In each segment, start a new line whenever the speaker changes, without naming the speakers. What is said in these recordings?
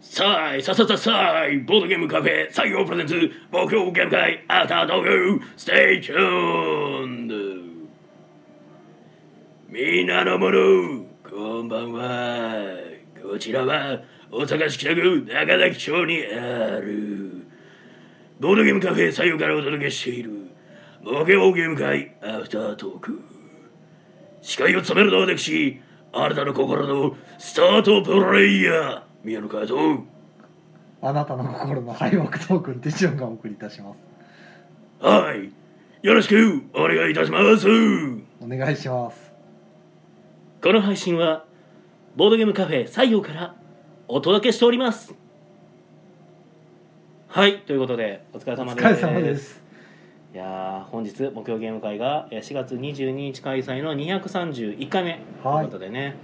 さあいささささあいボードゲームカフェ採用プレゼンツ目標ゲーム会アフタートークステイチューンドみんなのものこんばんはこちらは大阪市北区中崎町にあるボードゲームカフェ採用からお届けしている目標ゲーム会アフタートーク司会を務めるのは私あなたの心のスタートプレイヤー宮野和夫
あなたの心の敗北トークンテジョンがお送りいたします。
はい。よろしくお願いいたします。
お願いします。
この配信は、ボードゲームカフェ採用からお届けしております。はい、ということで、お疲れ
お
様
疲
です。
れ様です。
いやー本日、目標ゲーム会がえー4月22日開催の231回目と
はいいう
ことでね、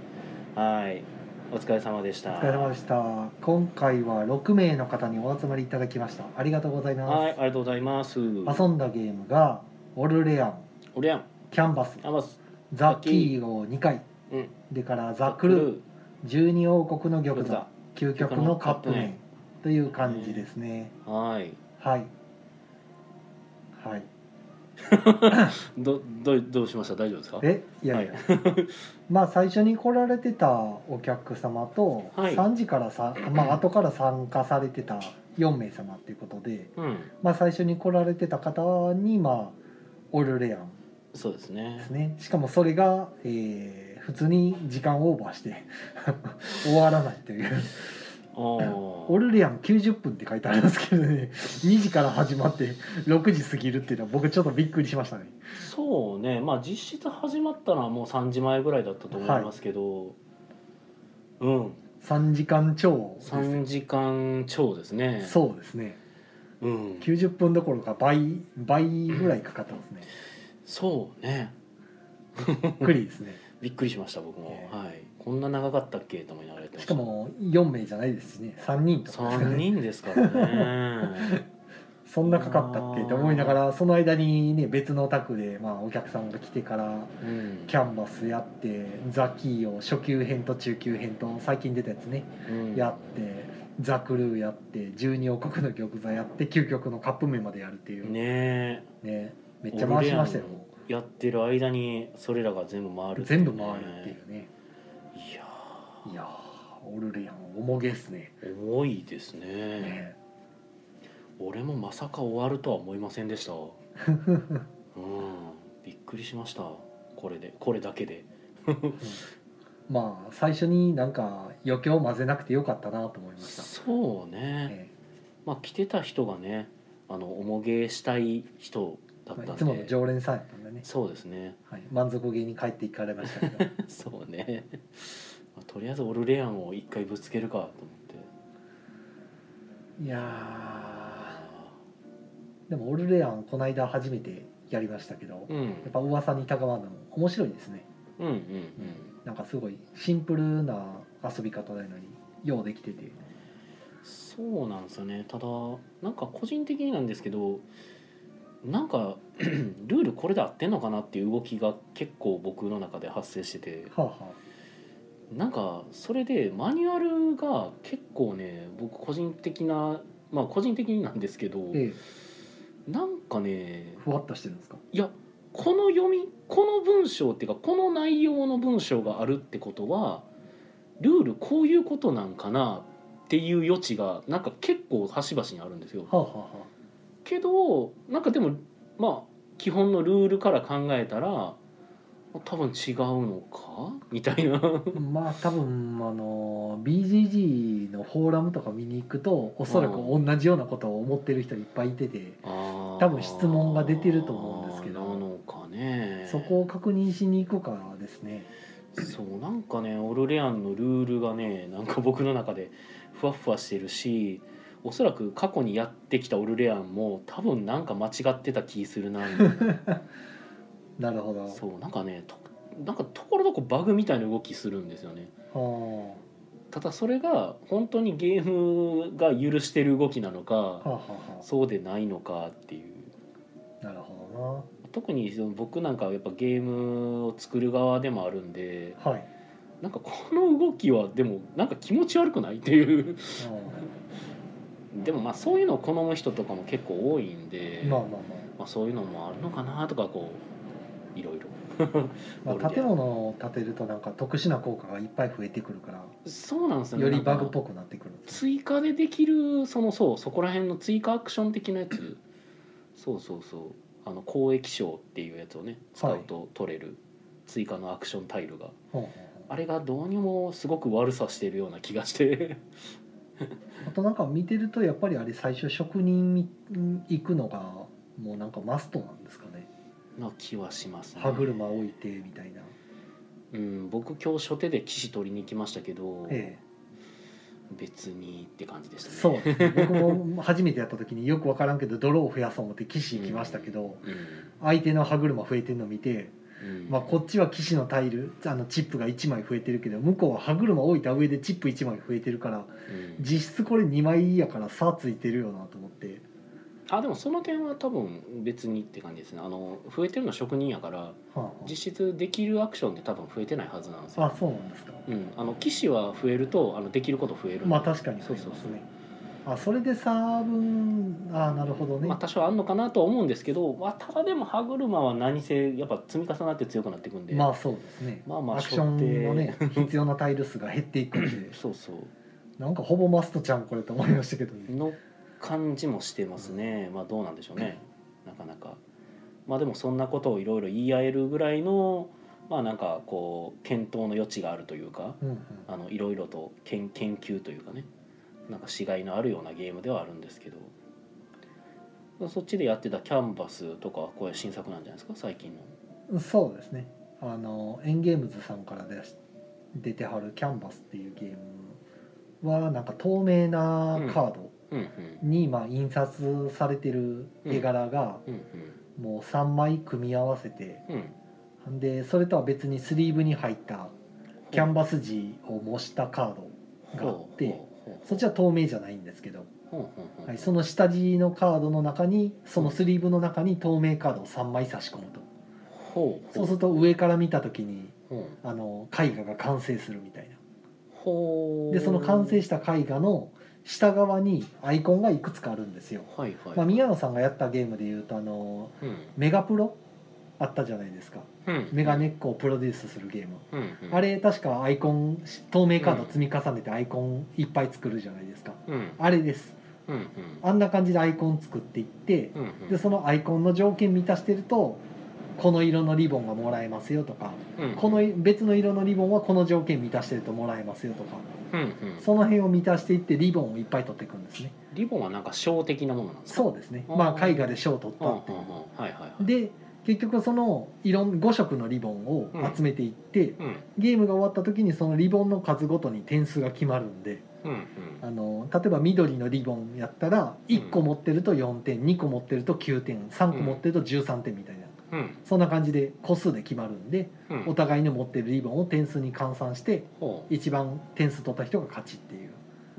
はい、お疲れ様でした。
お疲れ様でした。今回は6名の方にお集まりいただきました。ありがとうござい
はい、
ま
ありがとうございます。
す。遊んだゲームがオルレアン、
おりゃん、
キャンバス、
あます。
ザ・キーを2回、
うん、
でからザ・クルー、12王国の玉座、究極のカップ麺という感じですね。
はい。
はい。はい。
ど、どう、どうしました大丈夫ですか
え、いやいや。 まあ最初に来られてたお客様と
はい
3時からさ、ま あ後から参加されてた4名様っていうことで、
うん、
まあ、最初に来られてた方にまあオルレアン
そうですね
ですねしかもそれが、えー普通に時間オーバーして 終わらないという
お
オ
ー
ルレアン90分って書いてありますけどね2時から始まって6時過ぎるっていうのは僕ちょっとびっくりしましたね
そうねまあ実質始まったのはもう3時前ぐらいだったと思いますけど、うん
3時間超です
3時間超ですね
そうですね
う,、ん、
90分どころか倍倍ぐらいかかってますね
そうね
びっくりですね
びっくりしました僕も、
ね
はい、こんな長かったっけと思いながらやってま
し
し
か
た
も4名じゃないですしね3人とかです
3
ね
人ですから ね
そんなかかったっけって思いながらその間にね別のお宅で、まあ、お客さんが来てから
うん
キャンバスやってザ・キーを初級編と中級編と最近出たやつね
うん
やってザ・クルーやって十二王国の玉座やって究極のカップ麺までやるっていうね
ね
めっちゃ回しましたよも
えやってる間にそれらが全部回る
う
っていう
全
ね
部回るっていうね
いや
いやーオルレアン重げっすね
ー重いですね
ね
俺もまさか終わるとは思いませんで したうんびっくりしましたこれでこれだけで
まあ最初になんか余興混ぜなくてよかったなと思いました、
そうね
え
まあ来てた人がねあの重げしたい人だっ
え
た
いつも
ん
の
で
常連さんやったんでね
そうですね
はい、満足げに帰っていかれましたけど
そうね、まあとりあえずオルレアンを一回ぶつけるかと思って
い
あ
やーでもオルレアンこの間初めてやりましたけど
ー、うん、うん
やっぱ噂にたがわぬ面白いですね
うんうん
なんかすごいシンプルな遊び方なのにようできてて
そうなんですよねただなんか個人的になんですけどなんか ルールこれで合ってんのかなっていう動きが結構僕の中で発生してて
はあは
なんかそれでマニュアルが結構ね僕個人的なまあ個人的になんですけど
あ、ええ、
なんかね
ふわっとしてるんですか
いやこの読みこの文章っていうかこの内容の文章があるってことはルールこういうことなんかなっていう余地がなんか結構端々にあるんですよ。
はあはあは
けどなんかでもまあ基本のルールから考えたら多分違うのかみた いな
あまあ多分あの BGG のフォーラムとか見に行くとおそらく同じようなことを思ってる人いっぱいいてて
多
多分質問が出てると思うんですけど
なのかね
そこを確認しに行くからですね
そうなんかねオルレアンのルールがねなんか僕の中でふわふわしてるしおそらく過去にやってきたオルレアンも多分なんか間違ってた気する なみたいな
なるほど
そうなんかねとなんかところどころバグみたいな動きするんですよね
は
ただそれが本当にゲームが許してる動きなの
あはあ
か
はあは
そうでないのかっていう
あなるほ
特にその僕なんかはやっぱゲームを作る側でもあるんで
どなはい
なんかこの動きはでもなんか気持ち悪くないっていう
うん
でもまあそういうのを好む人とかも結構多いんで、
まあまあま
まあそういうのもあるのかなとかこういろいろ
あ、 まあ、建物を建てるとなんか特殊な効果がいっぱい増えてくるか
そうなんですよ
ら
ね
よりバグ
な
っ
んか
ぽくなってくる
追加でできるそのそうそこら辺の追加アクション的なやつそうそうそうあの交易賞っていうやつをね使うと取れる追加のアクションタイルが、
ほうほうほ
あれがどうにもすごく悪さしてるような気がして
うあとなんか見てるとやっぱりあれ最初職人に行くのがもうなんかマストなんですかね
な気はしますね
歯車置いてみたいな、
うん、僕今日初手で騎士取りに行きましたけど、
ええ
別にって感じでしたね
そうですね僕も初めてやった時によく分からんけどドローを増やそう思って騎士行きましたけど、
う
相手の歯車増えてるの見て、
んうん
まあ、こっちは騎士のタイルあのチップが1枚増えてるけど向こうは歯車置いた上でチップ1枚増えてるから
うん
実質これ2枚やから差ついてるよなと思って
あでもその点は多分別にって感じですねあの増えてるのは職人やから
は
実質できるアクションで多分増えてないはずなんです
あ、はあ、
よ
あそうなんですか
うん、あの騎士は増えるとあのできること増えるんで
まあ確かにそ
そうう
で
そ
す
うそう、
ねあそれで差分ああなるほどね、
まあ多少あんのかなとは思うんですけど、まあ、ただでも歯車は何せやっぱ積み重なって強くなっていくんで、
まあそうですね
まあまあ
アクションのね必要なタイル数が減っていくんで
そうそう
なんかほぼマストちゃんこれと思いましたけどね
の感じもしてますね、まあどうなんでしょうねなかなかまあでもそんなことをいろいろ言い合えるぐらいのまあなんかこう検討の余地があるというか
うんうん
あのいろいろと研研究というかねなんかしがいのあるようなゲームではあるんですけどそっちでやってたキャンバスとかはこれ新作なんじゃないですか最近の
そうですねあのエンゲームズさんから出し出てはる「キャンバス」っていうゲームはなんか透明なカード
うんうん
にまあ印刷されてる絵柄が
うん
もう3枚組み合わせて
うんうん
でそれとは別にスリーブに入ったキャンバス地を模したカードがあってそっちは透明じゃないんですけど、はい、そ
の
の下地のカードの中にそのスリーブの中に透明カードを3枚差し込むと
ほう
そうすると上から見た時に
ほう
あの絵画が完成するみたい
ほ
な
う
でその完成した絵画の下側にアイコンがいくつかあるんですよ、
はいはい、
まあ、宮野さんがやったゲームでいうとあの
うん
メガプロあったじゃないですか
うん、
メガネっ子をプロデュースするゲーム
うんうん
あれ確かアイコン透明カード積み重ねてアイコンいっぱい作るじゃないですか
うん
あれです
うんうん
あんな感じでアイコン作っていって
うんうん
でそのアイコンの条件満たしてるとこの色のリボンがもらえますよとか
うん
この別の色のリボンはこの条件満たしてるともらえますよとか
うんうん
その辺を満たしていってリボンをいっぱい取っていくんですね
リボンはなんか小的なものなんですか
そうですねまあ絵画で賞を取っ
うんう
た
ん
っていう
うんはいはいはい
で結局そのいろん5色のリボンを集めていって
うん
ゲームが終わった時にそのリボンの数ごとに点数が決まるんで
うんうん
あの例えば緑のリボンやったら1個持ってると4点2個持ってると9点3個持ってると13点みたいな
うん
そんな感じで個数で決まるんで
うん
お互いの持ってるリボンを点数に換算して
ほう
一番点数取った人が勝ちっていう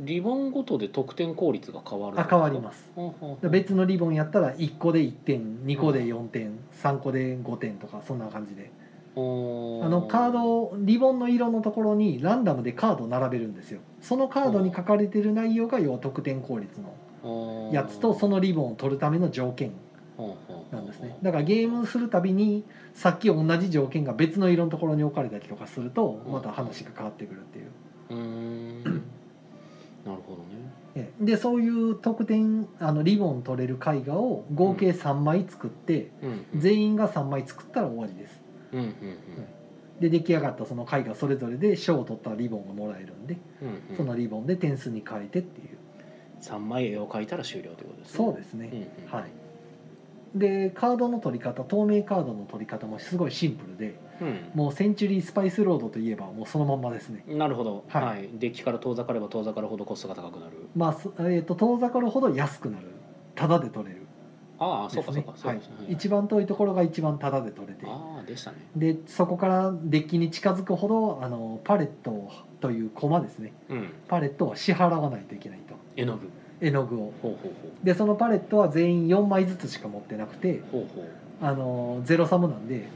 リボンごとで得点効率が変わる
あ変わります
ほうほうほう
別のリボンやったら1個で1点2個で4点3個で5点とかそんな感じで
ほう
あのカードをリボンの色のところにランダムでカードを並べるんですよそのカードに書かれてる内容が要は得点効率の
ほう
やつとそのリボンを取るための条件
ほうほうほう
なんですねだからゲームするたびにさっき同じ条件が別の色のところに置かれたりとかすると
うん
また話が変わってくるっていう。
うーんなるほどね
ええでそういう得点あのリボン取れる絵画を合計3枚作って、
うん
全員が3枚作ったら終わりです
うんうん
で出来上がったその絵画それぞれで賞を取ったリボンがもらえるんで、
うんうんう
そ
ん
のリボンで点数に変えてっていう
三枚絵を描いたら終了ということですね
そうですね、
うんうん
はいでカードの取り方透明カードの取り方もすごいシンプルで
うん
もうセンチュリースパイスロードといえばもうそのまんまですね
なるほど
はい
はいデッキから遠ざかれば遠ざかるほどコストが高くなる
まあすえー、と遠ざかるほど安くなるタダで取れる
ああ
で
そう
す
かそう
ね
かそ
は
う
い
ですね
一番遠いところが一番タダで取れて
ああでしたね
でそこからデッキに近づくほどあのパレットという駒ですね
うん
パレットを支払わないといけないと
絵の具
絵の具を
ほうほうほう
でそのパレットは全員4枚ずつしか持ってなくて
ほうほう
あのゼロサムなんで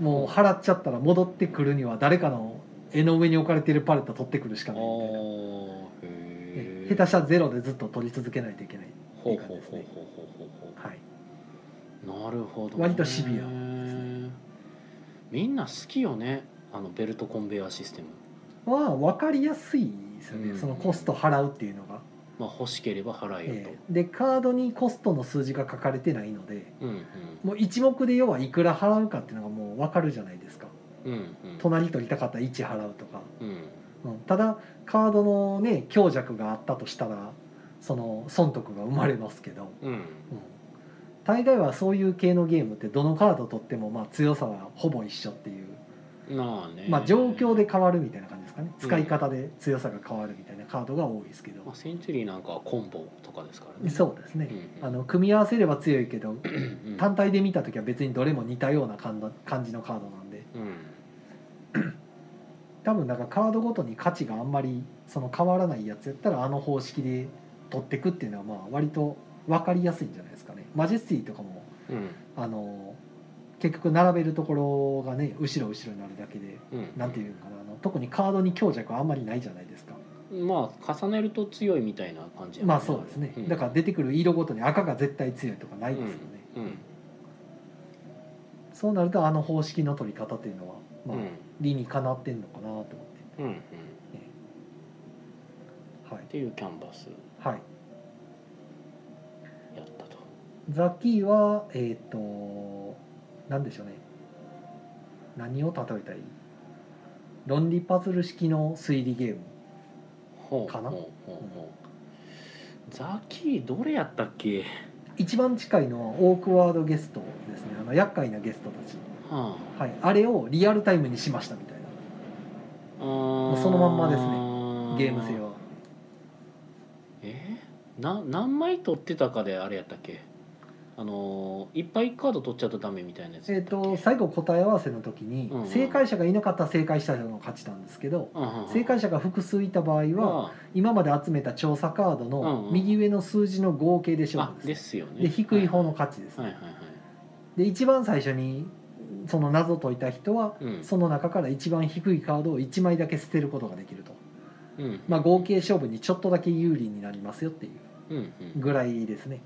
もう払っちゃったら戻ってくるには誰かの絵の上に置かれているパレット取ってくるしか
あ
ないみたいな
ーへ
え
え
下手したらゼロでずっと取り続けないといけないって
ほ
いうう感
ほう
じです
ほう
ね、
ほうほうほうほ
はい、
うなるほど、
割とシビアです
ねみんな好きよねあのベルトコンベヤーシステム
まあ分かりやすいですよね、
うん
そのコスト払うっていうのが、
まあ欲しければ払えよと、
ええでカードにコストの数字が書かれてないので
うんうん
もう一目で要はいくら払うかっていうのがもう分かるじゃないですか
うんうん
隣取りたかったら1払うとか、
うん
うん、ただカードのね強弱があったとしたらその損得が生まれますけど、
うん
うん大概はそういう系のゲームってどのカード取ってもまあ強さはほぼ一緒っていう、
なあね
まあ、状況で変わるみたいな感じですかね使い方で強さが変わるみたいなカードが多いですけど、
まあ、センチュリーなんかはコンボとかですからね
そうですね
うん、うん
あの組み合わせれば強いけど
うん
単体で見た時は別にどれも似たような感だ感じのカードなんで
うん
多分なんかカードごとに価値があんまりその変わらないやつやったらあの方式で取ってくっていうのはまあ割と分かりやすいんじゃないですかね。マジェスティとかも
うん
あの結局並べるところがね後ろ後ろになるだけで
うん
なんていうのかなあの特にカードに強弱はあんまりないじゃないですか
まあ重ねると強いみたいな感じやもんね
まあそうですね、
ん
だから出てくる色ごとに赤が絶対強いとかないですよね、
うん
そうなるとあの方式の取り方っていうのは、
う
まあ
ん
理にかなってんのかなと思って
うんうんっ
はい、
ていうキャンバス
はい、
やったと
ザキはえっ、と何でしょうね何を例えたい論理パズル式の推理ゲーム
ほう
かな
ほうほうほうザキーどれやったっけ
一番近いのはオークワードゲストですねあの厄介なゲストたち
は
はい、あれをリアルタイムにしましたみたいな
あも
うそのまんまですゲーム性は
えーな何枚取ってたかであれやったっけあのーいっぱいカード取っちゃうとダメみたいなやつ
え
や
っ
ったっけ
と最後答え合わせの時に
うんうん
正解者がいなかったら正解した人の勝ちなんですけど
うんうんうん
正解者が複数いた場合は
は
今まで集めた調査カード
うん
の
うん
右上の数字の合計で勝
あ
負
で
です
よね
で低い方の
は
勝ちです
いはいはい
で一番最初にその謎解いた人は
うん
その中から一番低いカードを1枚だけ捨てることができると
うん
まあ合計勝負にちょっとだけ有利になりますよってい
うんう
うんぐらいですね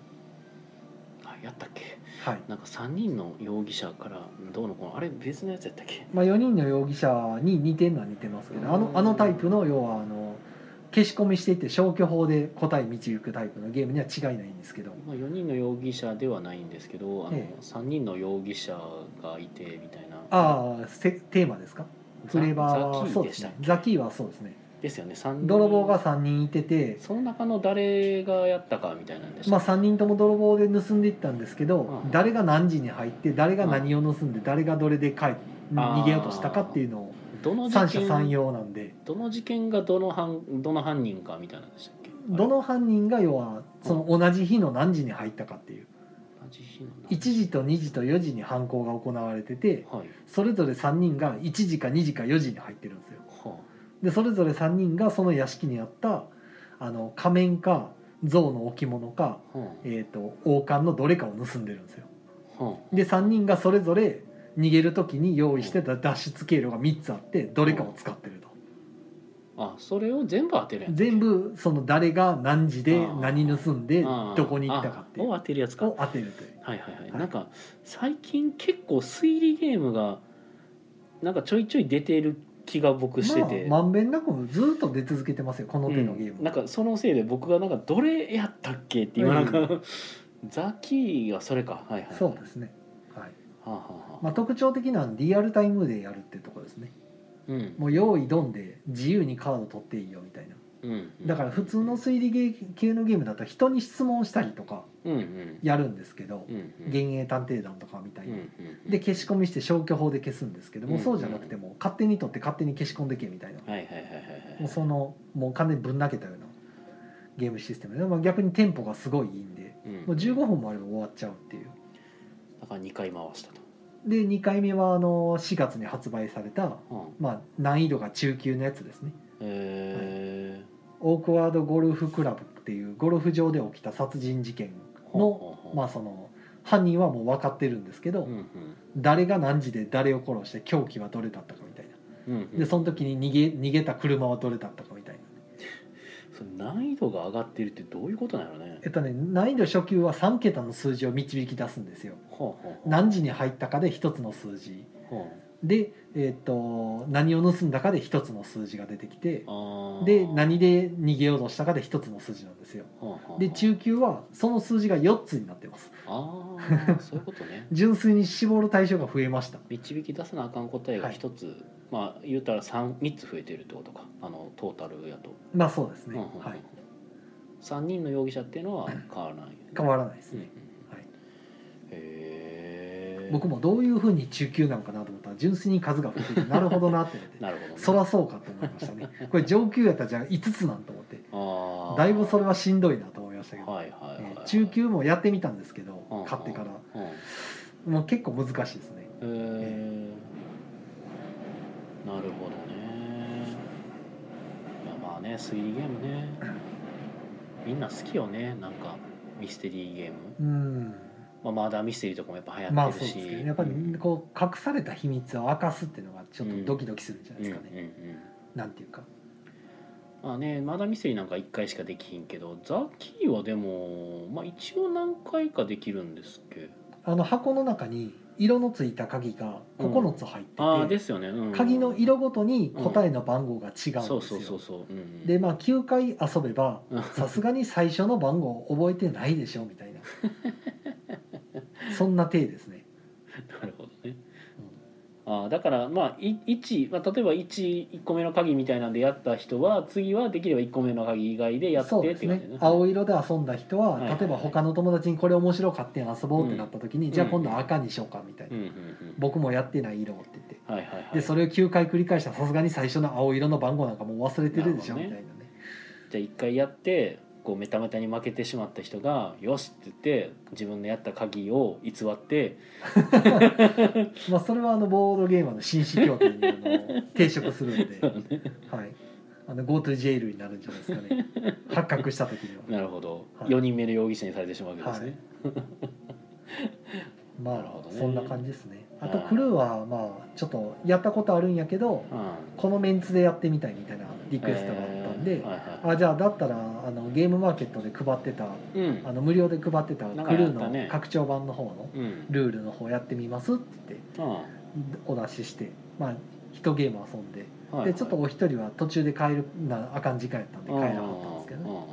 あやったっけ
はい
なんか3人の容疑者からどうのこうのあれ別のやつやったっけ
まあ、4人の容疑者に似てるのは似てますけどあの
うん
あのタイプの要はあの消し込みしていって消去法で答え導くタイプのゲームには違いないんですけど
まあ、4人の容疑者ではないんですけどあの、
ええ
3人の容疑者がいてみたいな
ああせテーマですかフレーバー
ザ
は
ザキ
そ
ー
う
で
で
し
す
たっ
ね
け
ザキーはそうですね
ですよね3人
泥棒が3人いてて
その中の誰がやったかみたいなんでした
まあ
っけ
3人とも泥棒で盗んでいったんですけど
うん
誰が何時に入って誰が何を盗んで誰がどれで帰っ
あー
逃げようとしたかっていうのを
どの事
三
件
者三様なんで
どの事件がどの犯どの犯人かみたいなんでしたっけ
どの犯人が要はその同じ日の何時に入ったかっていう。
同じ日の
1時と2時と4時に犯行が行われてて
はい
それぞれ3人が1時か2時か4時に入ってるんですよ
は
でそれぞれ3人がその屋敷にあったあの仮面か象の置物か、
あは
えー、と王冠のどれかを盗んでるんですよ
あは
で3人がそれぞれ逃げる時に用意してた脱出経路が3つあってどれかを使ってると
ああそれを全部当てるやん
全部その誰が何時で
あー
何盗んで
ああ
どこに行ったかっていう
あを
を
当てるやつか
当てるという
はいはいはい、
はい
なんか最近結構推理ゲームがなんかちょいちょい出てる気が僕してて、
まあ、まんべんなくずっと出続けてますよこの
う
手のゲームは、
ん、なんかそのせいで僕がなんかどれやったっけって今なんか、
う
ザキーはそれかはいはい
そうですね、はい
はあ、はあはあ
まあ、特徴的なのはリアルタイムでやるってところですね
うん
もう用意ドンで自由にカード取っていいよみたいな
うん
だから普通の推理ゲー系のゲームだと人に質問したりとか
うんうん
やるんですけど
うんうん
幻影探偵団とかみたい
うん
に
うん
で消し込みして消去法で消すんですけど
う
も
ん
そうじゃなくても勝手に取って勝手に消し込んでけみたいな
はいはいはいはい
もう
はい
そのもう完全にぶん投げたようなゲームシステムで、まあ、逆にテンポがすごいいいんで
うん
もう15分もあれば終わっちゃうっていう
だから2回回したと、
で2回目はあの4月に発売された
うん
まあ、難易度が中級のやつですね
えー
オークワードゴルフクラブっていうゴルフ場で起きた殺人事件
ほ
の、
うほうほう
まあ、その犯人はもう分かってるんですけど、
うん
誰が何時で誰を殺して凶器はどれだったかみたいな
うんうんうん
でその時に逃げ逃げた車はどれだったかみたいな
そそれ難易度が上がってるってどういうことなのね
えっとね難易度初級は3桁の数字を導き出すんですよ
ほうほうほう
何時に入ったかで1つの数字
ほ
で、えっと何を盗んだかで1つの数字が出てきて
うあー
で何で逃げようとしたかで1つの数字なんですよ
ほうほうほう
で中級はその数字が4つになってます
ああそういうこと ね
純粋に絞る対象が増えました
導き出さなあかん答えが一つ、まあ言うたら三三つ増えてるってことかあのトータルやと、
まあそうです
う
ね、
んうんうん
はい、
三人の容疑者っていうのは変わらない、
変わらないです
うんうん
ね、はい、
へえ
僕もどういうふうに中級なのかなと思ったら純粋に数が増えててなるほどなって思って
なるほど、ね、
そらそうかと思いましたねこれ上級やったらじゃあ5つなんと思って
あー
だいぶそれはしんどいなと思いましたけど、
はいはいはい、
え
は
ー
い、
中級もやってみたんですけど、
うんうん
買ってから
うん、
もう結構難しいですね
えーなるほどねいやまあね推理ゲームねみんな好きよねなんかミステリーゲーム、
うん
まあ、マーダーミステリーとかもやっぱ流
ま
行
あ
っ
そう
て
で
る
す
し、
けどやっぱりこう隠された秘密を明かすっていうのがちょっとドキドキするんじゃない
うんうん
です
う
かね、
ん
なんていうか
まあねマーダーミステリーなんか1回しかできひんけどザ・キーはでも、まあ、一応何回かできるんですっけ
あの箱の中に色のついた鍵が9つ入ってて、
ああですよね、うん、
鍵の色ごとに答えの番号が違うんですよ、
そうそうそうそう、うんうん、
でまあ9回遊べばさすがに最初の番号覚えてないでしょみ たいなそんな体ですね、
なるほどね。あーだからまあい一まあ例えば一一個目の鍵みたいなんでやった人は次はできれば一個目の鍵以外で
うん
やってっ
そう
て
で
感
す
じだ
ね
よね。
青色で遊んだ人は、
はいはいはい
例えば他の友達にこれ面白かってん遊ぼうってなった時に、
うん
じゃあ今度赤にしようかみたいな、
うんうんうん。
僕もやってない色って言って
はいはいはい。
でそれを9回繰り返したらさすがに最初の青色の番号なんかもう忘れてるでしょ、
なる
み
ほど
たいなね
じゃあ一回やってこうメタメタに負けてしまった人がよしって言って自分のやった鍵を偽って
まあそれはあのボードゲーマーの紳士協定にあの抵触するんで、はい、あの GoTo ジェイルになるんじゃないですかね発覚した時には
なるほど、
はい
四人目の容疑者にされてしまうわけですね。
ま
なるほど
あ
ね
そんな感じですねあと
はい
クルーはまあちょっとやったことあるんやけど
うん
このメンツでやってみたいみたいなリクエストがあったん
え
で
ー、はいはい
あじゃあだったらあのゲームマーケットで配ってた
うん
あの無料で配ってた
なん
ク
かや
ル
ったね
ーの拡張版の方の
うん
ルールの方やってみますって言って
うん
お出ししてまあ一ゲーム遊んで
はいはい
でちょっとお一人は途中で帰るなあかん時間やったんで帰らはったんですけど
う
ね
んうんうん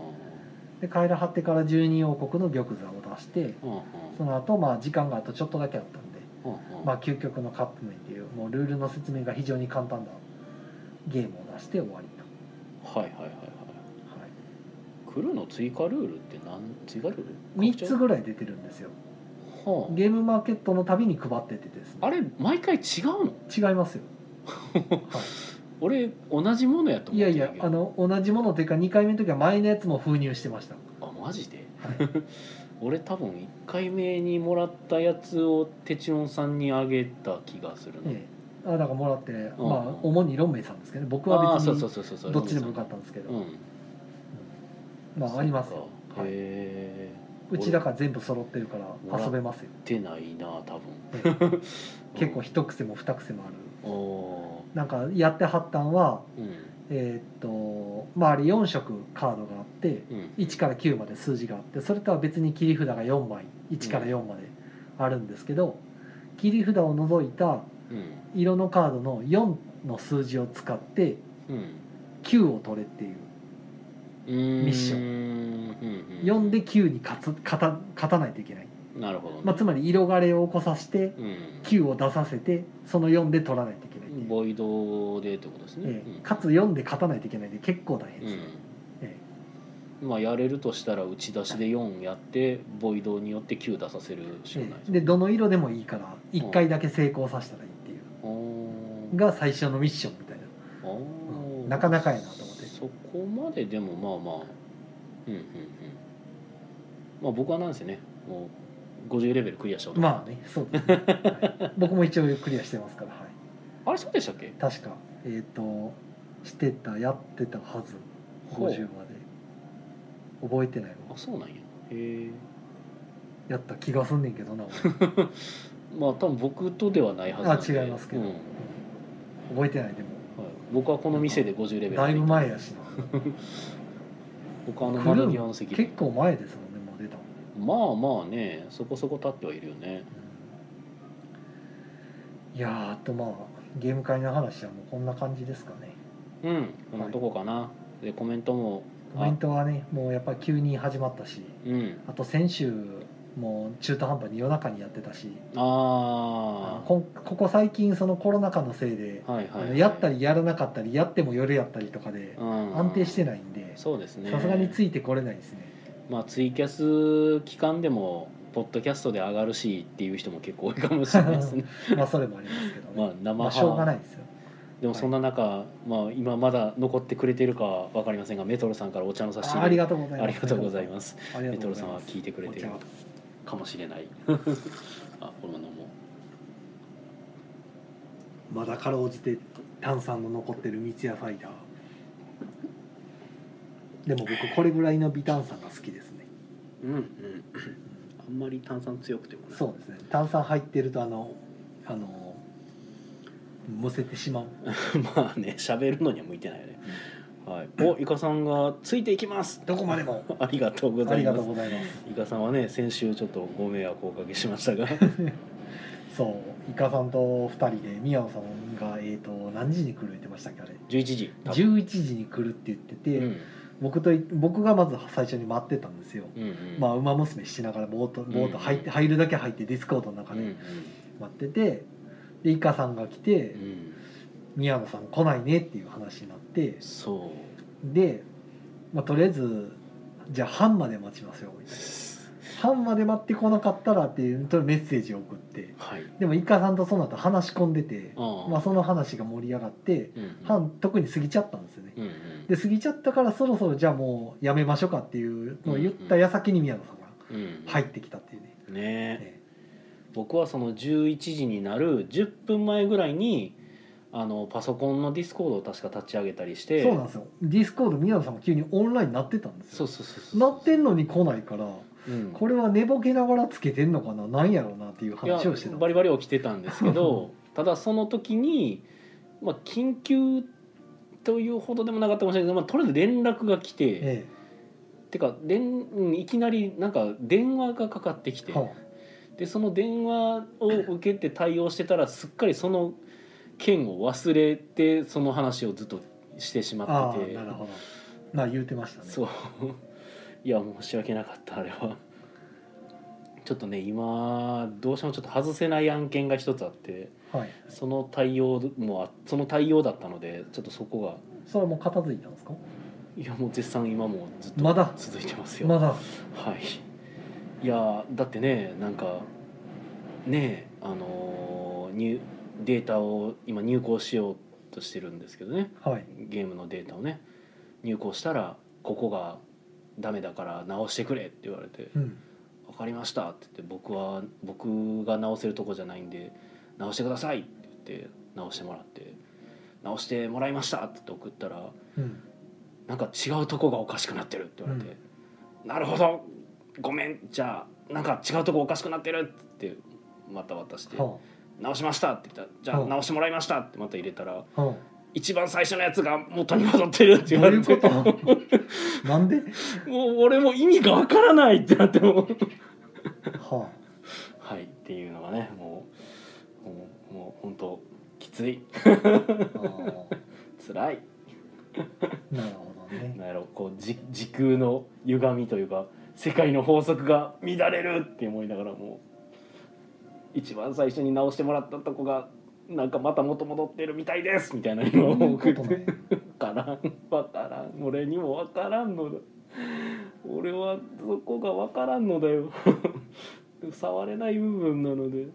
で帰らはってから十二王国の玉座を出して
うんうん
その後まあ時間があとちょっとだけあったんで、
うんうん
まあ、究極のカップ麺っていうもうルールの説明が非常に簡単なゲームを出して終わりと、
はいはいはいはい
はい、
クルーの追加ルールって何追加ルール
3つぐらい出てるんですよ
は
ゲームマーケットのたびに配っててです
あ、あ
ね
れ毎回違うの
違いますよ、は
俺同じものやと
い、い
思っ
や
て
い
たけ
や
ど
あの同じものというか2回目の時は前のやつも封入してました
あマジで
は
俺多分1回目にもらったやつをテチオンさんにあげた気がするな、
ええあだからもらって、
うん
まあ主にロンメイさんですけどね僕
あ
は
あ
別
そうそう
に
そうそうそう
どっちでもよかったんですけど、
うん、
まああります
そ
よ
う、か
は
へ
い、
え
うちだから全部揃ってるから遊べますよ、
出ないな多分
ええ 結構一癖も二癖もある
うんお
なんかやってはったんは
ーうん
えーっと周り4色カードがあって
うん
1から9まで数字があってそれとは別に切り札が4枚1から4まであるんですけど切り札を除いた
うん
色のカードの4の数字を使って
うん
9を取れっていう
ミ
ッション
ン、うんうん
4で9に勝つ勝た勝たないといけない、
なるほど、ね
まあ、つまり色枯れを起こさせて
うん、
9を出させてその4で取らないといけないっていう
ボイドでってことですね
え、えかつ4で勝たないといけないんで結構大変
うん
ですね、え
うんまあやれるとしたら打ち出しで4やってボイドによって9出させるしかない
えでどの色でもいいから1回だけ成功させたらいいっていう
おー
が最初のミッションみたいな
おー
なかなかやなと思って
そこまででもまあまあうんうんうんまあ僕はなんですよねもう50レベルクリアした男
まあねそうですね、はい僕も一応クリアしてますから、はい、
あれそうでしたっけ
確かえっ、としてたやってたはず
ほう
50まで覚えてない
あ
わ
そうなんやへえ
やった気がすんねんけどな俺
まあ多分僕とではないはずなんで
あ違いますけど
うん
覚えてないでも
はい、僕はこの店で50レベル
だいぶ
で
前やしな
僕あの
クル
窓際の
ー
席
も結構前ですもんねもう出たの
まあまあねそこそこ立ってはいるよね
いやーあとまあゲーム会の話はもうこんな感じですかね
うんこんなとこかな、でコメントも
コメントはねもうやっぱり急に始まったし
うん
あと先週も中途半端に夜中にやってたし
あ
こんここ最近そのコロナ禍のせいで、
あはいはい、
あのやったりやらなかったりやっても夜やったりとかで安
安
定して
い
ないんで
そうですね
さすがについてこれないですね
まあツイキャス期間でもポッドキャストで上がるしっていう人も結構多いかもしれないですね
まあそれもありますけどね、
まあ生
まあ
派
しょうがないですよ
でもそんな中、まあ今まだ残ってくれてるかわかりませんがメトロさんからお茶の差し
あありがとうございます
ありがとうございますす
ありが
メ
と
トロ
うござ
さ
い
ん
ま
は
す
聞いてくれてる
お茶
かもしれない あこれも飲もう
まだかろうじて炭酸の残ってる三ツ矢ファイターでも僕これぐらいの微炭酸が好きですね
うんうんあんまり炭酸強くてもね
そうですね炭酸入ってるとあのあのむせてしまう
まあね喋るのには向いてないよね、はい、おイカさんが「ついていきます!」
どこまでも
ありがとうご
あ
ざ
り
い
が
ま
とう
す
ございます
イカさんはね先週ちょっとご迷惑をおかけしました が
そうイカさんと二人で宮尾さんがえっ、と何時に来る言ってましたっけあれ
11時多分
11時に来るって言ってて、
うん
僕とい僕がまず最初に待ってたんですよ、
うんうん
まあ馬娘しながらボートボート入って、入るだけ入ってディスコードの中
うん
で
うん
待っててでイカさんが来て、
うん
宮野さん来ないねっていう話になって
そ
で、まあ、とりあえずじゃあ半まで待ちますよみたいな
う
半まで待ってこなかったらっていうとメッセージを送って
はい
でもイカさんとその後話し込んでて
あ
まあ、その話が盛り上がって
うんうん
半特に過ぎちゃったんですよね
うんうん
で過ぎちゃったからそろそろじゃあもうやめましょうかっていうのを言った矢先に宮野さんが
うん
入ってきたっていうね
ね
ね
僕はその11時になる10分前ぐらいにあのパソコンのディスコードを確か立ち上げたりして
そうなんですよディスコード宮野さんが急にオンラインになってたんです
そう
よ
そうそうそう
なってんのに来ないから
うん
これは寝ぼけながらつけてんのかななんやろうなっていう
いや
話をしてた
バリバリ起きてたんですけ どただその時に、まあ、緊急というほどでもなかったかもしれないけど、まあ、とりあえず連絡が来て、
え
てか連うんいきなりなんか電話がかかってき
え
て、
は
でその電話を受けて対応してたらすっかりその件を忘れてその話をずっとしてし
あ、あ
ま
あ
ってて
なるほどまあ言うてましたね
そう いや申し訳なかったあれはちょっとね今どうしてもちょっと外せない案件が一つあって
はい
その対応もあその対応だったのでちょっとそこが
それはもう片付いたんですか
いやもう絶賛今もずっと
まだ
続いてますよ、
まだ
はいいやだってねなんかねえあのー入データを今入稿しようとしてるんですけどね
はい
ゲームのデータをね入稿したらここがダメだから直してくれって言われて
うん
「分かりました」って言って僕は僕が直せるとこじゃないんで直してくださいって言って直してもらって直してもらいましたって言って送ったら
うん
なんか違うとこがおかしくなってるって言われて「なるほどごめんじゃあなんか違うとこおかしくなってる」ってまた渡して
は
「直しました」って言ったら「じゃあ
はあ
直してもらいました」ってまた入れたら
あはあ
「一番最初のやつが元に戻ってる」って言
ど
わ
うい
れ
うこ
て
と なんで
もう俺も意味がわからないってなっても
は
はいっていうのがねもうもうもう本当きつい
あああ
辛い
なるほどね
なんやろこうじ時空の歪みというか世界の法則が乱れるって思いながらもう一番最初に直してもらったとこがなんかまた元戻ってるみたいですみたいな
ど
今
うい
も
う
送
こ
っ
と
て
ね
わからんわからん俺にもわからんのだ俺はそこがわからんのだよ 触れない部分なので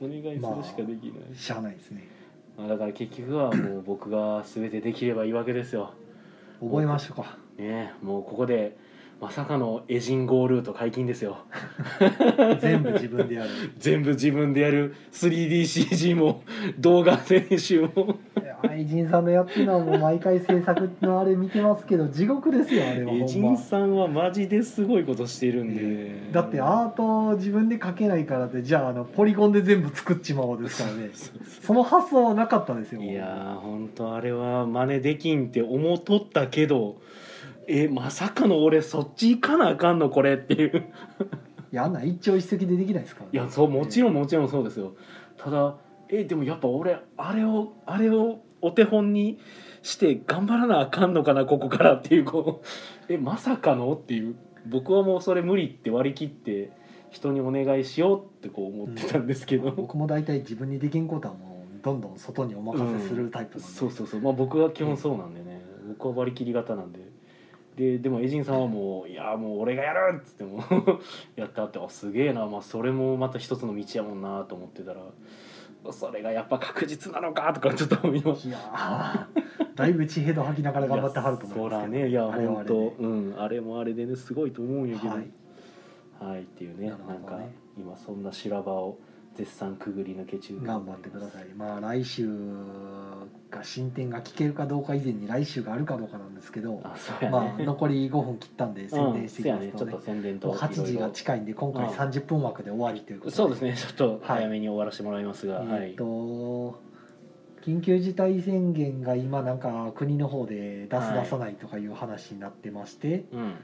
お願いするしかできない、
しゃあないですね
まあ、だから結局はもう僕が全てできればいいわけですよ
覚えましょうか
ねえもうここでまさかのエジンゴールート解禁ですよ
全部自分でやる
全部自分でやる 3DCG も動画編集も
いや愛人さんのやってるのはもう毎回制作のあれ見てますけど地獄ですよあれは
エジ
ほん
ン
ま
さんはマジですごいことしてるんで、
だってアートを自分で描けないからってじゃああのポリゴンで全部作っちまおうですからね
そうそう
その発想はなかったですよ
いやー本当あれは真似できんって思っとったけどえまさかの俺そっち行かなあかんのこれっていう
いやあんなん一朝一夕でできないですからね、
いやそうもち
ん
ろんもちろんそうですよただえでもやっぱ俺あれをあれをお手本にして頑張らなあかんのかなここからっていうこうえまさかのっていう僕はもうそれ無理って割り切って人にお願いしようってこう思ってたんですけど、
僕も大体自分にできんことはもうどんどん外にお任せするタイプなんで、
そうそうそうまあ僕は基本そうなんでね、僕は割り切り型なんでででもエジンさんはもう「いやもう俺がやる!」っつってもう やったってあすげえな、まあ、それもまた一つの道やもんなと思ってたらそれがやっぱ確実なのかとかちょっと思いまし
いやーだいぶ血ヘド吐きなが
た
ら頑張ってはると思いますけど
いやそらねいや
あ
本
れはあれ
当
で
うんあれもあれでねすごいと思うんやけどは
はい
い、っていうねな
なるほど
ん
ね
か今そんな修羅場を絶賛くぐり抜け中でござい
頑
ます
張ってくださいまあ来週が進展が聞けるかどうか以前に来週があるかどうかなんですけど
あそうやね、
まあ残り5分切ったんで宣
うん
伝していきます
そ
と
うやね
ね
ちょっと宣伝と
もう8時が近いんで今回
うん
30分枠で終わりということ
そうですねちょっと
はい
早めに終わらせてもらいますが、は
え
い
っと緊急事態宣言が今なんか国の方で出す
はい
出さないとかいう話になってまして
うん、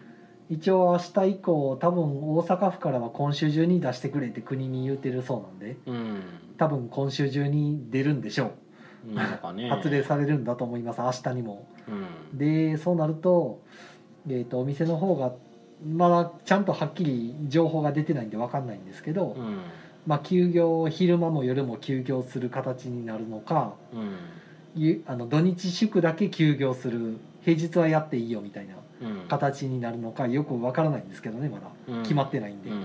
一応明日以降多分大阪府からは今週中に出してくれって国に言うてるそうなんで
うん、
多分今週中に出るんでしょ
なんか
う
ね
発令されるんだと思います明日にも
うん、
でそうなると,、えー、とお店の方がまだちゃんとはっきり情報が出てないんで分かんないんですけど、
うん
まあ、休業昼間も夜も休業する形になるのか
うん
ゆあの土日祝だけ休業する平日はやっていいよみたいな
うん
形になるのかよくわからないんですけどねまだ
うん
決まってないんで、
うん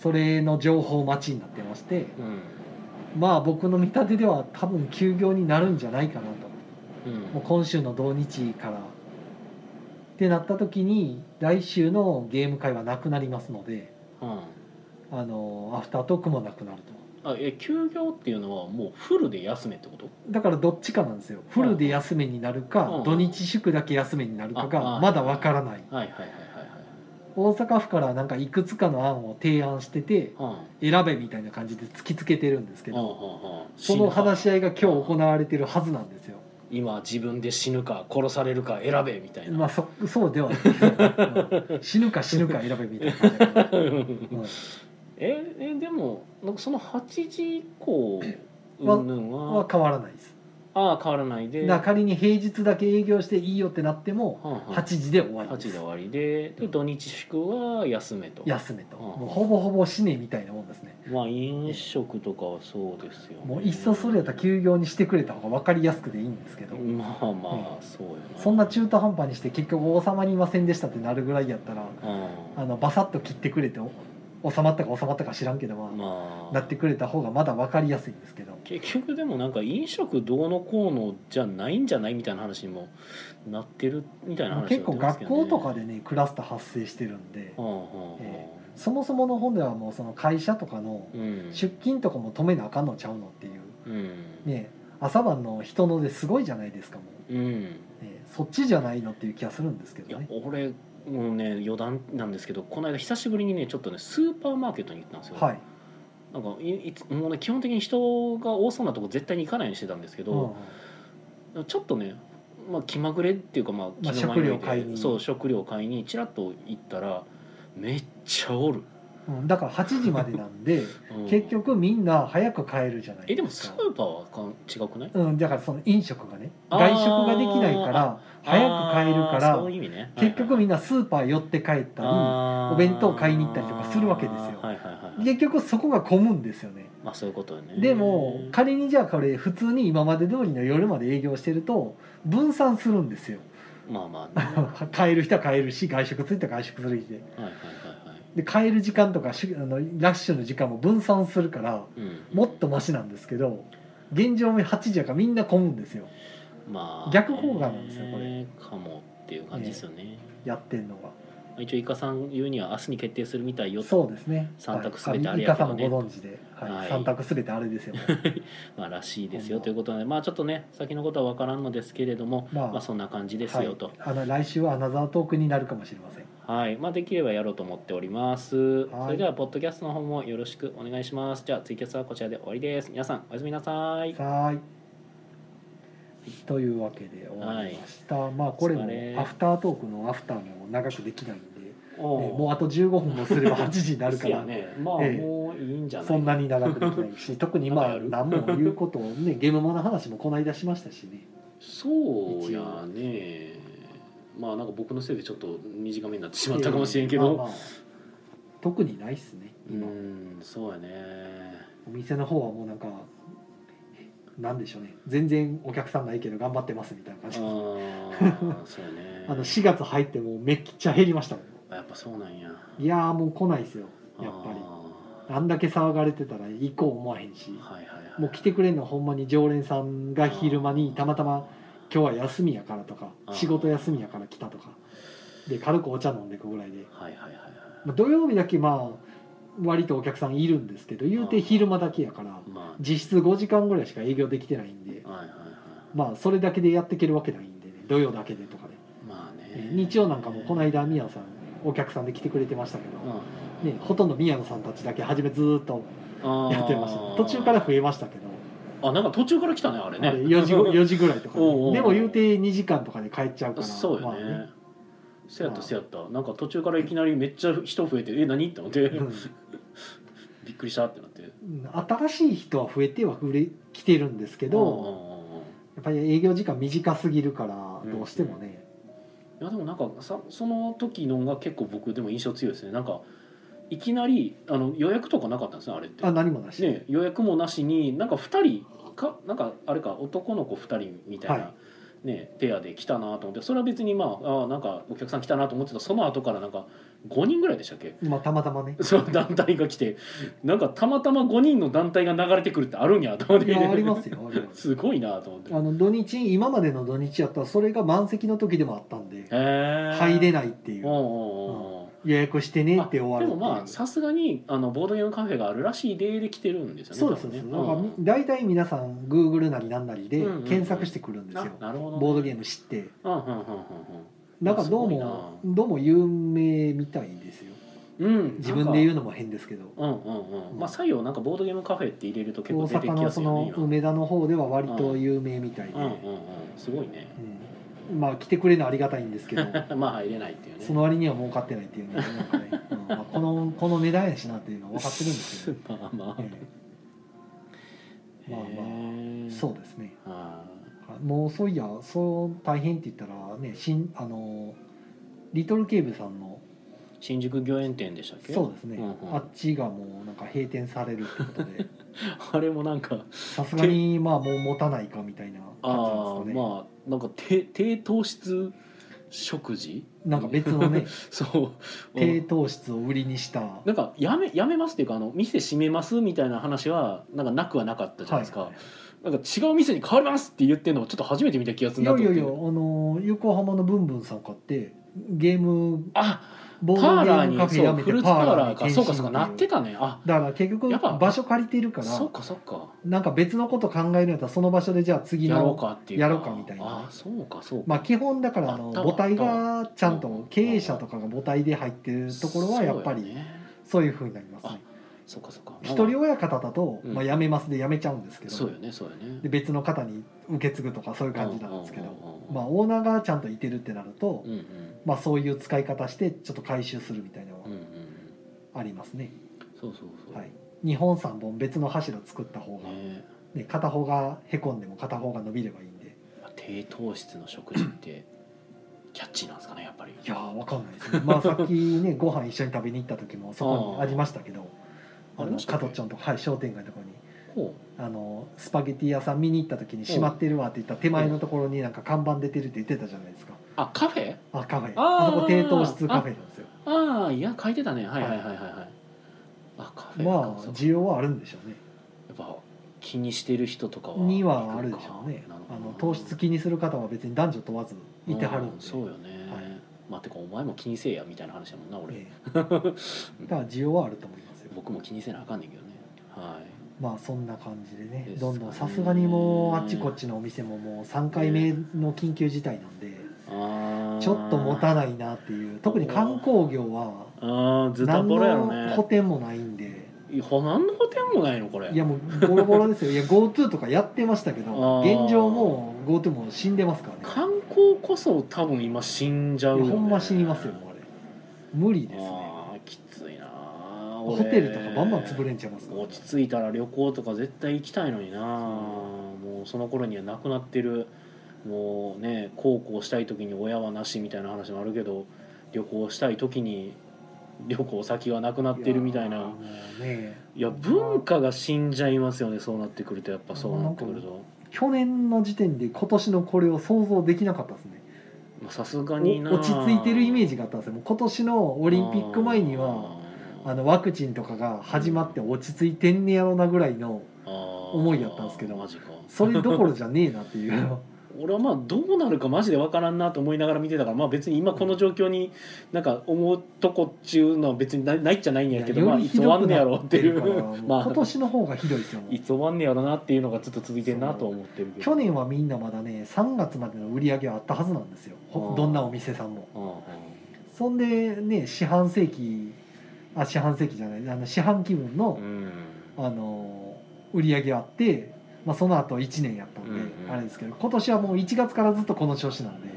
それの情報待ちになってまして
うん
まあ僕の見立てでは多分休業になるんじゃないかなと
うん
もう今週の土日からってなった時に来週のゲーム会はなくなりますので
うん
あのアフタートークもなくなると
あえ休業っていうのはもうフルで休めってこと
だからどっちかなんですよフルで休めになるか、
うん
土日祝だけ休めになるか
ああ
がまだわからない
はいはいはい
大阪府からなんかいくつかの案を提案してて
はいはい
選べみたいな感じで突きつけてるんですけ
うんうん
ど、
うんうん
その話し合いが今日行われてるはずなんですよ、
今自分で死ぬか殺されるか選べみたいな、
まあそそうではないけど、うん死ぬか死ぬか選べみたいな感じだけど、 うん
ええでもなんかその8時以降
は
うんぬんは、
は変わらないです
ああ変わらないで
だから仮に平日だけ営業していいよってなっても
は
8時で終わ
8時
りで
です終わりでで土日祝は休めと
休めと
うん
もうほぼほぼ死ねみたいなもんですね
まあ飲食とかはそうですよね、
もういっそそれやったら休業にしてくれた方が分かりやすくでいいんですけど、
まあまあそうよな
そんな中途半端にして結局王様にいませんでしたってなるぐらいやった
う
ら
ん
あのバサッと切ってくれてお収まったか収まったか知らんけど、まあ
まあ
なってくれた方がまだ分かりやすいんですけど
結局でもなんか飲食どうのこうのじゃないんじゃないみたいな話にもなってるみたいな話は
結構
出ますけ
学
どね
校とかでねクラスター発生してるんで
うんうんうん
えそもそもの本ではもうその会社とかの
うん
出勤とかも止めなあかんのちゃうのっていう
うん
ね朝晩の人の出すごいじゃないですかも
うん
う、ねそっちじゃないのっていう気がするんですけ
いや
どね
俺もうね余談なんですけどこの間久しぶりにねちょっとねスーパーマーケットに行ったんですよ、
はい、
なんかいいつもうね基本的に人が多そうなとこ絶対に行かないようにしてたんですけ
うん
ど、、ちょっとね、まあ、気まぐれっていうか、まあ、
まあ
気の迷いで
食料買いに
そう食料買いにちらっと行ったらめっちゃおる、
うん、だから8時までなんで
うん
結局みんな早く帰るじゃない
えでも
す
ス
か
ーパーはかん違くない
うん、だからその飲食がね
あー
外食ができないから早く帰るか
あーそう
ら
いう意味ね
結局み
ん
んなスーパー寄って帰ったり、
お
お弁当買いに行ったりとかするわけですよ
はいはいはい、
結局そこが混むんですよね
まあそういうことよね
でも仮にじゃあこれ普通に今まで通りの夜まで営業してると分散するんですよ
まあまあね
帰る人は帰るし外食する人は外食するしで
はいはいはいはい
で帰る時間とかしゅあのラッシュの時間も分散するから
うん
もっとマシなんですけど現状8時やからみんな混むんですよ
まあ
逆方向なんですよこれ
ねかもっていう感じですよね、
やってんのが
まあ一応イカさん言うには明日に決定するみたいよと
そうですね
三択全てあれ
イ
や
カ
け
さ
ど
ん
ね
もご存知で、はい
はい
三択すべてあれですよね
まあ、らしいですよ
ほんま
ということなのでまあちょっとね先のことは分からんのですけれども
まあ
まあそんな感じ ですよと
はい、あの来週はアナザートークになるかもしれません
はい、まあできればやろうと思っております
はい
それではポッドキャストの方もよろしくお願いしますじゃあツイキャスはこちらで終わりです皆さんおやすみなさい
さーいというわけで終わりました、まあこれも
お疲れ
アフタートークのアフターも長くできないんで、ね
おう
もうあと15分もすれば8 時になるか
せや
ら、
ねまあ
ええ
もういいんじゃない
そんなに長くできないし特に
なんか
まあ
やる
何も言うことをねゲームマの話もこの間しましたしね
そうやねまあなんか僕のせいでちょっと短めになってしまったかもしれんけど、
まあまあ特にないっすね今、
うんそうや ね
お店の方はもうなんかなんでしょうね全然お客さんないけど頑張ってますみたいな
あ
感
あ
じです
そうやね
あの4月入ってもうめっちゃ減りましたもん
やっぱそうなんや
いやーもう来ないですよやっぱり
あ
あんだけ騒がれてたら行こう思わへんし
ーはいはいはい
もう来てくれんのはほんまに常連さんが昼間にたまたま今日は休みやからとか
うん
仕事休みやから来たとかで軽くお茶飲んでくぐらいで、
はいはいはいはい
まあ、土曜日だけまあ割とお客さんいるんですけど言うて昼間だけやから
ま
実質5時間ぐらいしか営業できてないんで
あはいはいはい
まあそれだけでやっていけるわけないんでね土曜だけでとかで、
まあね
え日曜なんかもこの間宮野さんお客さんで来てくれてましたけど、
う
ね、ほとんど宮野さんたちだけ初めずーっと
ん
やってました途中から増えましたけど
あなんか途中から来たねあれね
あれ4時ご 4時ぐらいとかね、
おうおうおう
でも言うて2時間とかで帰っちゃうから
そうよね,、
まあね
せやったせやったなんか途中からいきなりめっちゃ人増えて「え何?」って思って びっくりしたってなって
うん新しい人は増えては増え来てるんですけど
うんうんうんうん
やっぱり営業時間短すぎるからどうしてもね、
いやでもなんかさその時のが結構僕でも印象強いですねなんかいきなりあの予約とかなかったんですねあれって
あ何もなし、
ね、予約もなしになんか2人かなんかあれか男の子2人みたいな、
は
ね、ペアで来たなと思ってそれは別にまああなんかお客さん来たなと思ってたその後からなんか5人ぐらいでしたっけ
まあたまたまね
その団体が来てなんかたまたま5人の団体が流れてくるってあるんやと思っ
い
て
やありますよあります
すごいなと思って
あの土日今までの土日やったらそれが満席の時でもあったんで入
入
れ
ない
ないっていう
おうおうおう
予約してねって
あで
終わる
も
っていう
まあさすがにあのボードゲームカフェがあるらしい例で来てるんですよね
そうですそうです、だからみ大体皆さん Google なりなんなりで
うんうんうん
検索してくるんです
あ
よ、
なるほど
ボードゲーム知って
うんうんうん
だからど
す
う
ごいな
もどうも有名みたいですよ
うんうん
自分で言うのも変ですけど
うんうんうんまあ採用なんかボードゲームカフェって入れると結
大
構出て
阪
きや
の
す
そ
いよね
の
今
梅田の方では割と有名みたいで、
うんうんうんすごいね
うんまあ来てくれるのはありがたいんですけど
まあ入れないっていうね
その割には儲かってないっていうねなんかね、うんまあこのこの値段やしなっていうのは分かってるんですけど、
まあまあ
ええまあまあえそうですね
うあ
もうそういやそう大変って言ったらね新あのリトルケーブさんの
ー新宿御苑店でしたっけ
そうですね、
んうん
あっちがもうなんか閉店されるってことで
あれもなん か
さすがにまあもう持たないかみたいな
あ
感じな
あ
んですかね、
まあなんか低低糖質食事
なんか別のね
そう
低糖質を売りにした
なんかやめやめますっていうかあの店閉めますみたいな話はなんかなくはなかったじゃないですか、
はい
なんか違う店に変わりますって言ってるのをちょっと初めて見た気がする
い
な
や
と
い
思
や
っ
い
て
やあの横浜のブンブンさん買ってゲーム
あパ
ボ
ーラーに
カフェ
そ
や
う
め
フ
て
ルーツ
パ
パ
ー
ー
ラー
ラー
に
か
転
そう
身
かそうかなってたねあ
だから結局
やっぱ
場所借りてるから
そうかそうか
なんか別のこと考えるんやったらその場所でじゃあ次
や
の
ろうかっていう
やろうかみたいな
あそうかそうか、
まあ、基本だからあの
あったわ
母体がちゃん
うん
と経営者とかが母体で入ってるところはやっ
そ
ぱ
うよ
り
ね
そういうふうになりますね
そうかそうか
一人親方だと、
うん
まあ、辞めますで辞めちゃうんですけ
そう
ど
よねそうよね
で別の方に受け継ぐとかそういう感じなんですけどまあ
あ
オーナーがちゃんといてるってなると
うんうん
まあそういう使い方してちょっと回収するみたいなのは
うんうん
ありますね
そうそうそう
はい2本3本別の柱作った方が
ね
ね片方がへこんでも片方が伸びればいいんで
低糖質の食事ってキャッチーなんですかねやっぱり
いやーわかんないですね。まあさっ きねご飯一緒に食べに行った時もそこにありましたけど、
あ
あ
あり
の
ましたっ
加
け
トちゃんとはい商店街のとこに
ほ
あのスパゲティ屋さん見に行った時に閉まってるわって言った手前のところになんか看板出てるって言ってたじゃないですか。
うあカフェ
あカフェ。
あー
あそこ低糖質カフェなんですよ。
ああいや書いてたねはいはいはいはいはいあカフェ
まあ
そうか
需要はあるんでしょうね。
やっぱ気にしてる人とかは
にはあるでしょうね
なの。か
あ
な
の糖質気にする方は別に男女問わずいてはるん
うん
で。
そうよね、
はい
まあてかお前も気にせえやみたいな話やもんな俺、
ええだから需要はあると思いますよ。
僕も気にせなあかんねんけどねはい
まあそんな感じでね
ですかね
どんどんさすがにもうあっちこっちのお店ももう3回目の緊急事態なんで、
あー
ちょっと持たないなっていう特に観光業は
あーずっと
何
ボロやろ
の補
ね
填もないんで、
いいや何の補填もないのこれ
いやもうボロボロですよいや GoTo とかやってましたけど
あー
現状もう GoTo も死んでますからね
観光こそ多分今死んじゃう
い
よ、
や
ね、
ほんま死にますよもうあれ無理ですね
あーきついなあ
ホ
俺
テルとかバンバン潰れんちゃいますから、
落ち着いたら旅行とか絶対行きたいのになもうその頃にはなくなってるもうね孝行したい時に親はなしみたいな話もあるけど旅行したい時に旅行先がなくなってるみたい
やー
な
もうね
いや文化が死んじゃいますよねそうなってくるとやっぱそうなってくると
去年の時点で今年のこれを想像できなかったですね
まあさすがにな
お落ち着いてるイメージがあったんですよもう今年のオリンピック前には
あー
あのワクチンとかが始まって落ち着いてんねやろなぐらいの
あー
思いやったんですけど
マジか
それどころじゃねえなっていう
俺はまあどうなるかマジで分からんなと思いながら見てたからまあ別に今この状況になんか思うとこっちゅうのは別にないないっちゃ ないんやけど
いや
ま
よ
あ
り
いつ
ひ
終
ど
わ
く
んねやろ
な
っ
ってて
い
る
う
からもう
まあ
今年の方がひどいですよもう
いつ終わんねやろなっていうのがずっと続いてんなとは思ってるけど
去年はみんなまだね3月までの売り上げはあったはずなんですよほ
あー
どんなお店さんも
うんうん
そんでね四半世紀あ四半世紀じゃないあの四半期分の、あの売り上げあって、まあ、その後1年やったんで、
うんうん
あれですけど今年はもう1月からずっとこの調子なんで、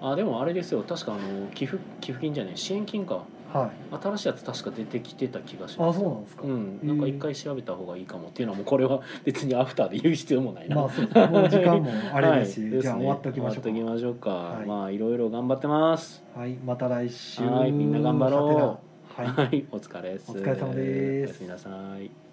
あでもあれですよ確かあの寄付寄付金じゃない支援金か
はい、
新しいやつ確か出てきてた気がし
あ
ます
そうなんですか、
うん、なんか一回調べた方がいいかもっていうのはもうこれは別にアフターで言う必要もないな、
まあそうですねもう時間もあれですし、
はいですね
じゃあ終わっときまし
終わ
ょうか
っときましょうか、
はい
まあいろいろ頑張ってます
はいまた来週
はいみんな頑張ろう
はてなはい
はい、お疲れっす
お疲れ様です
おやすみなさい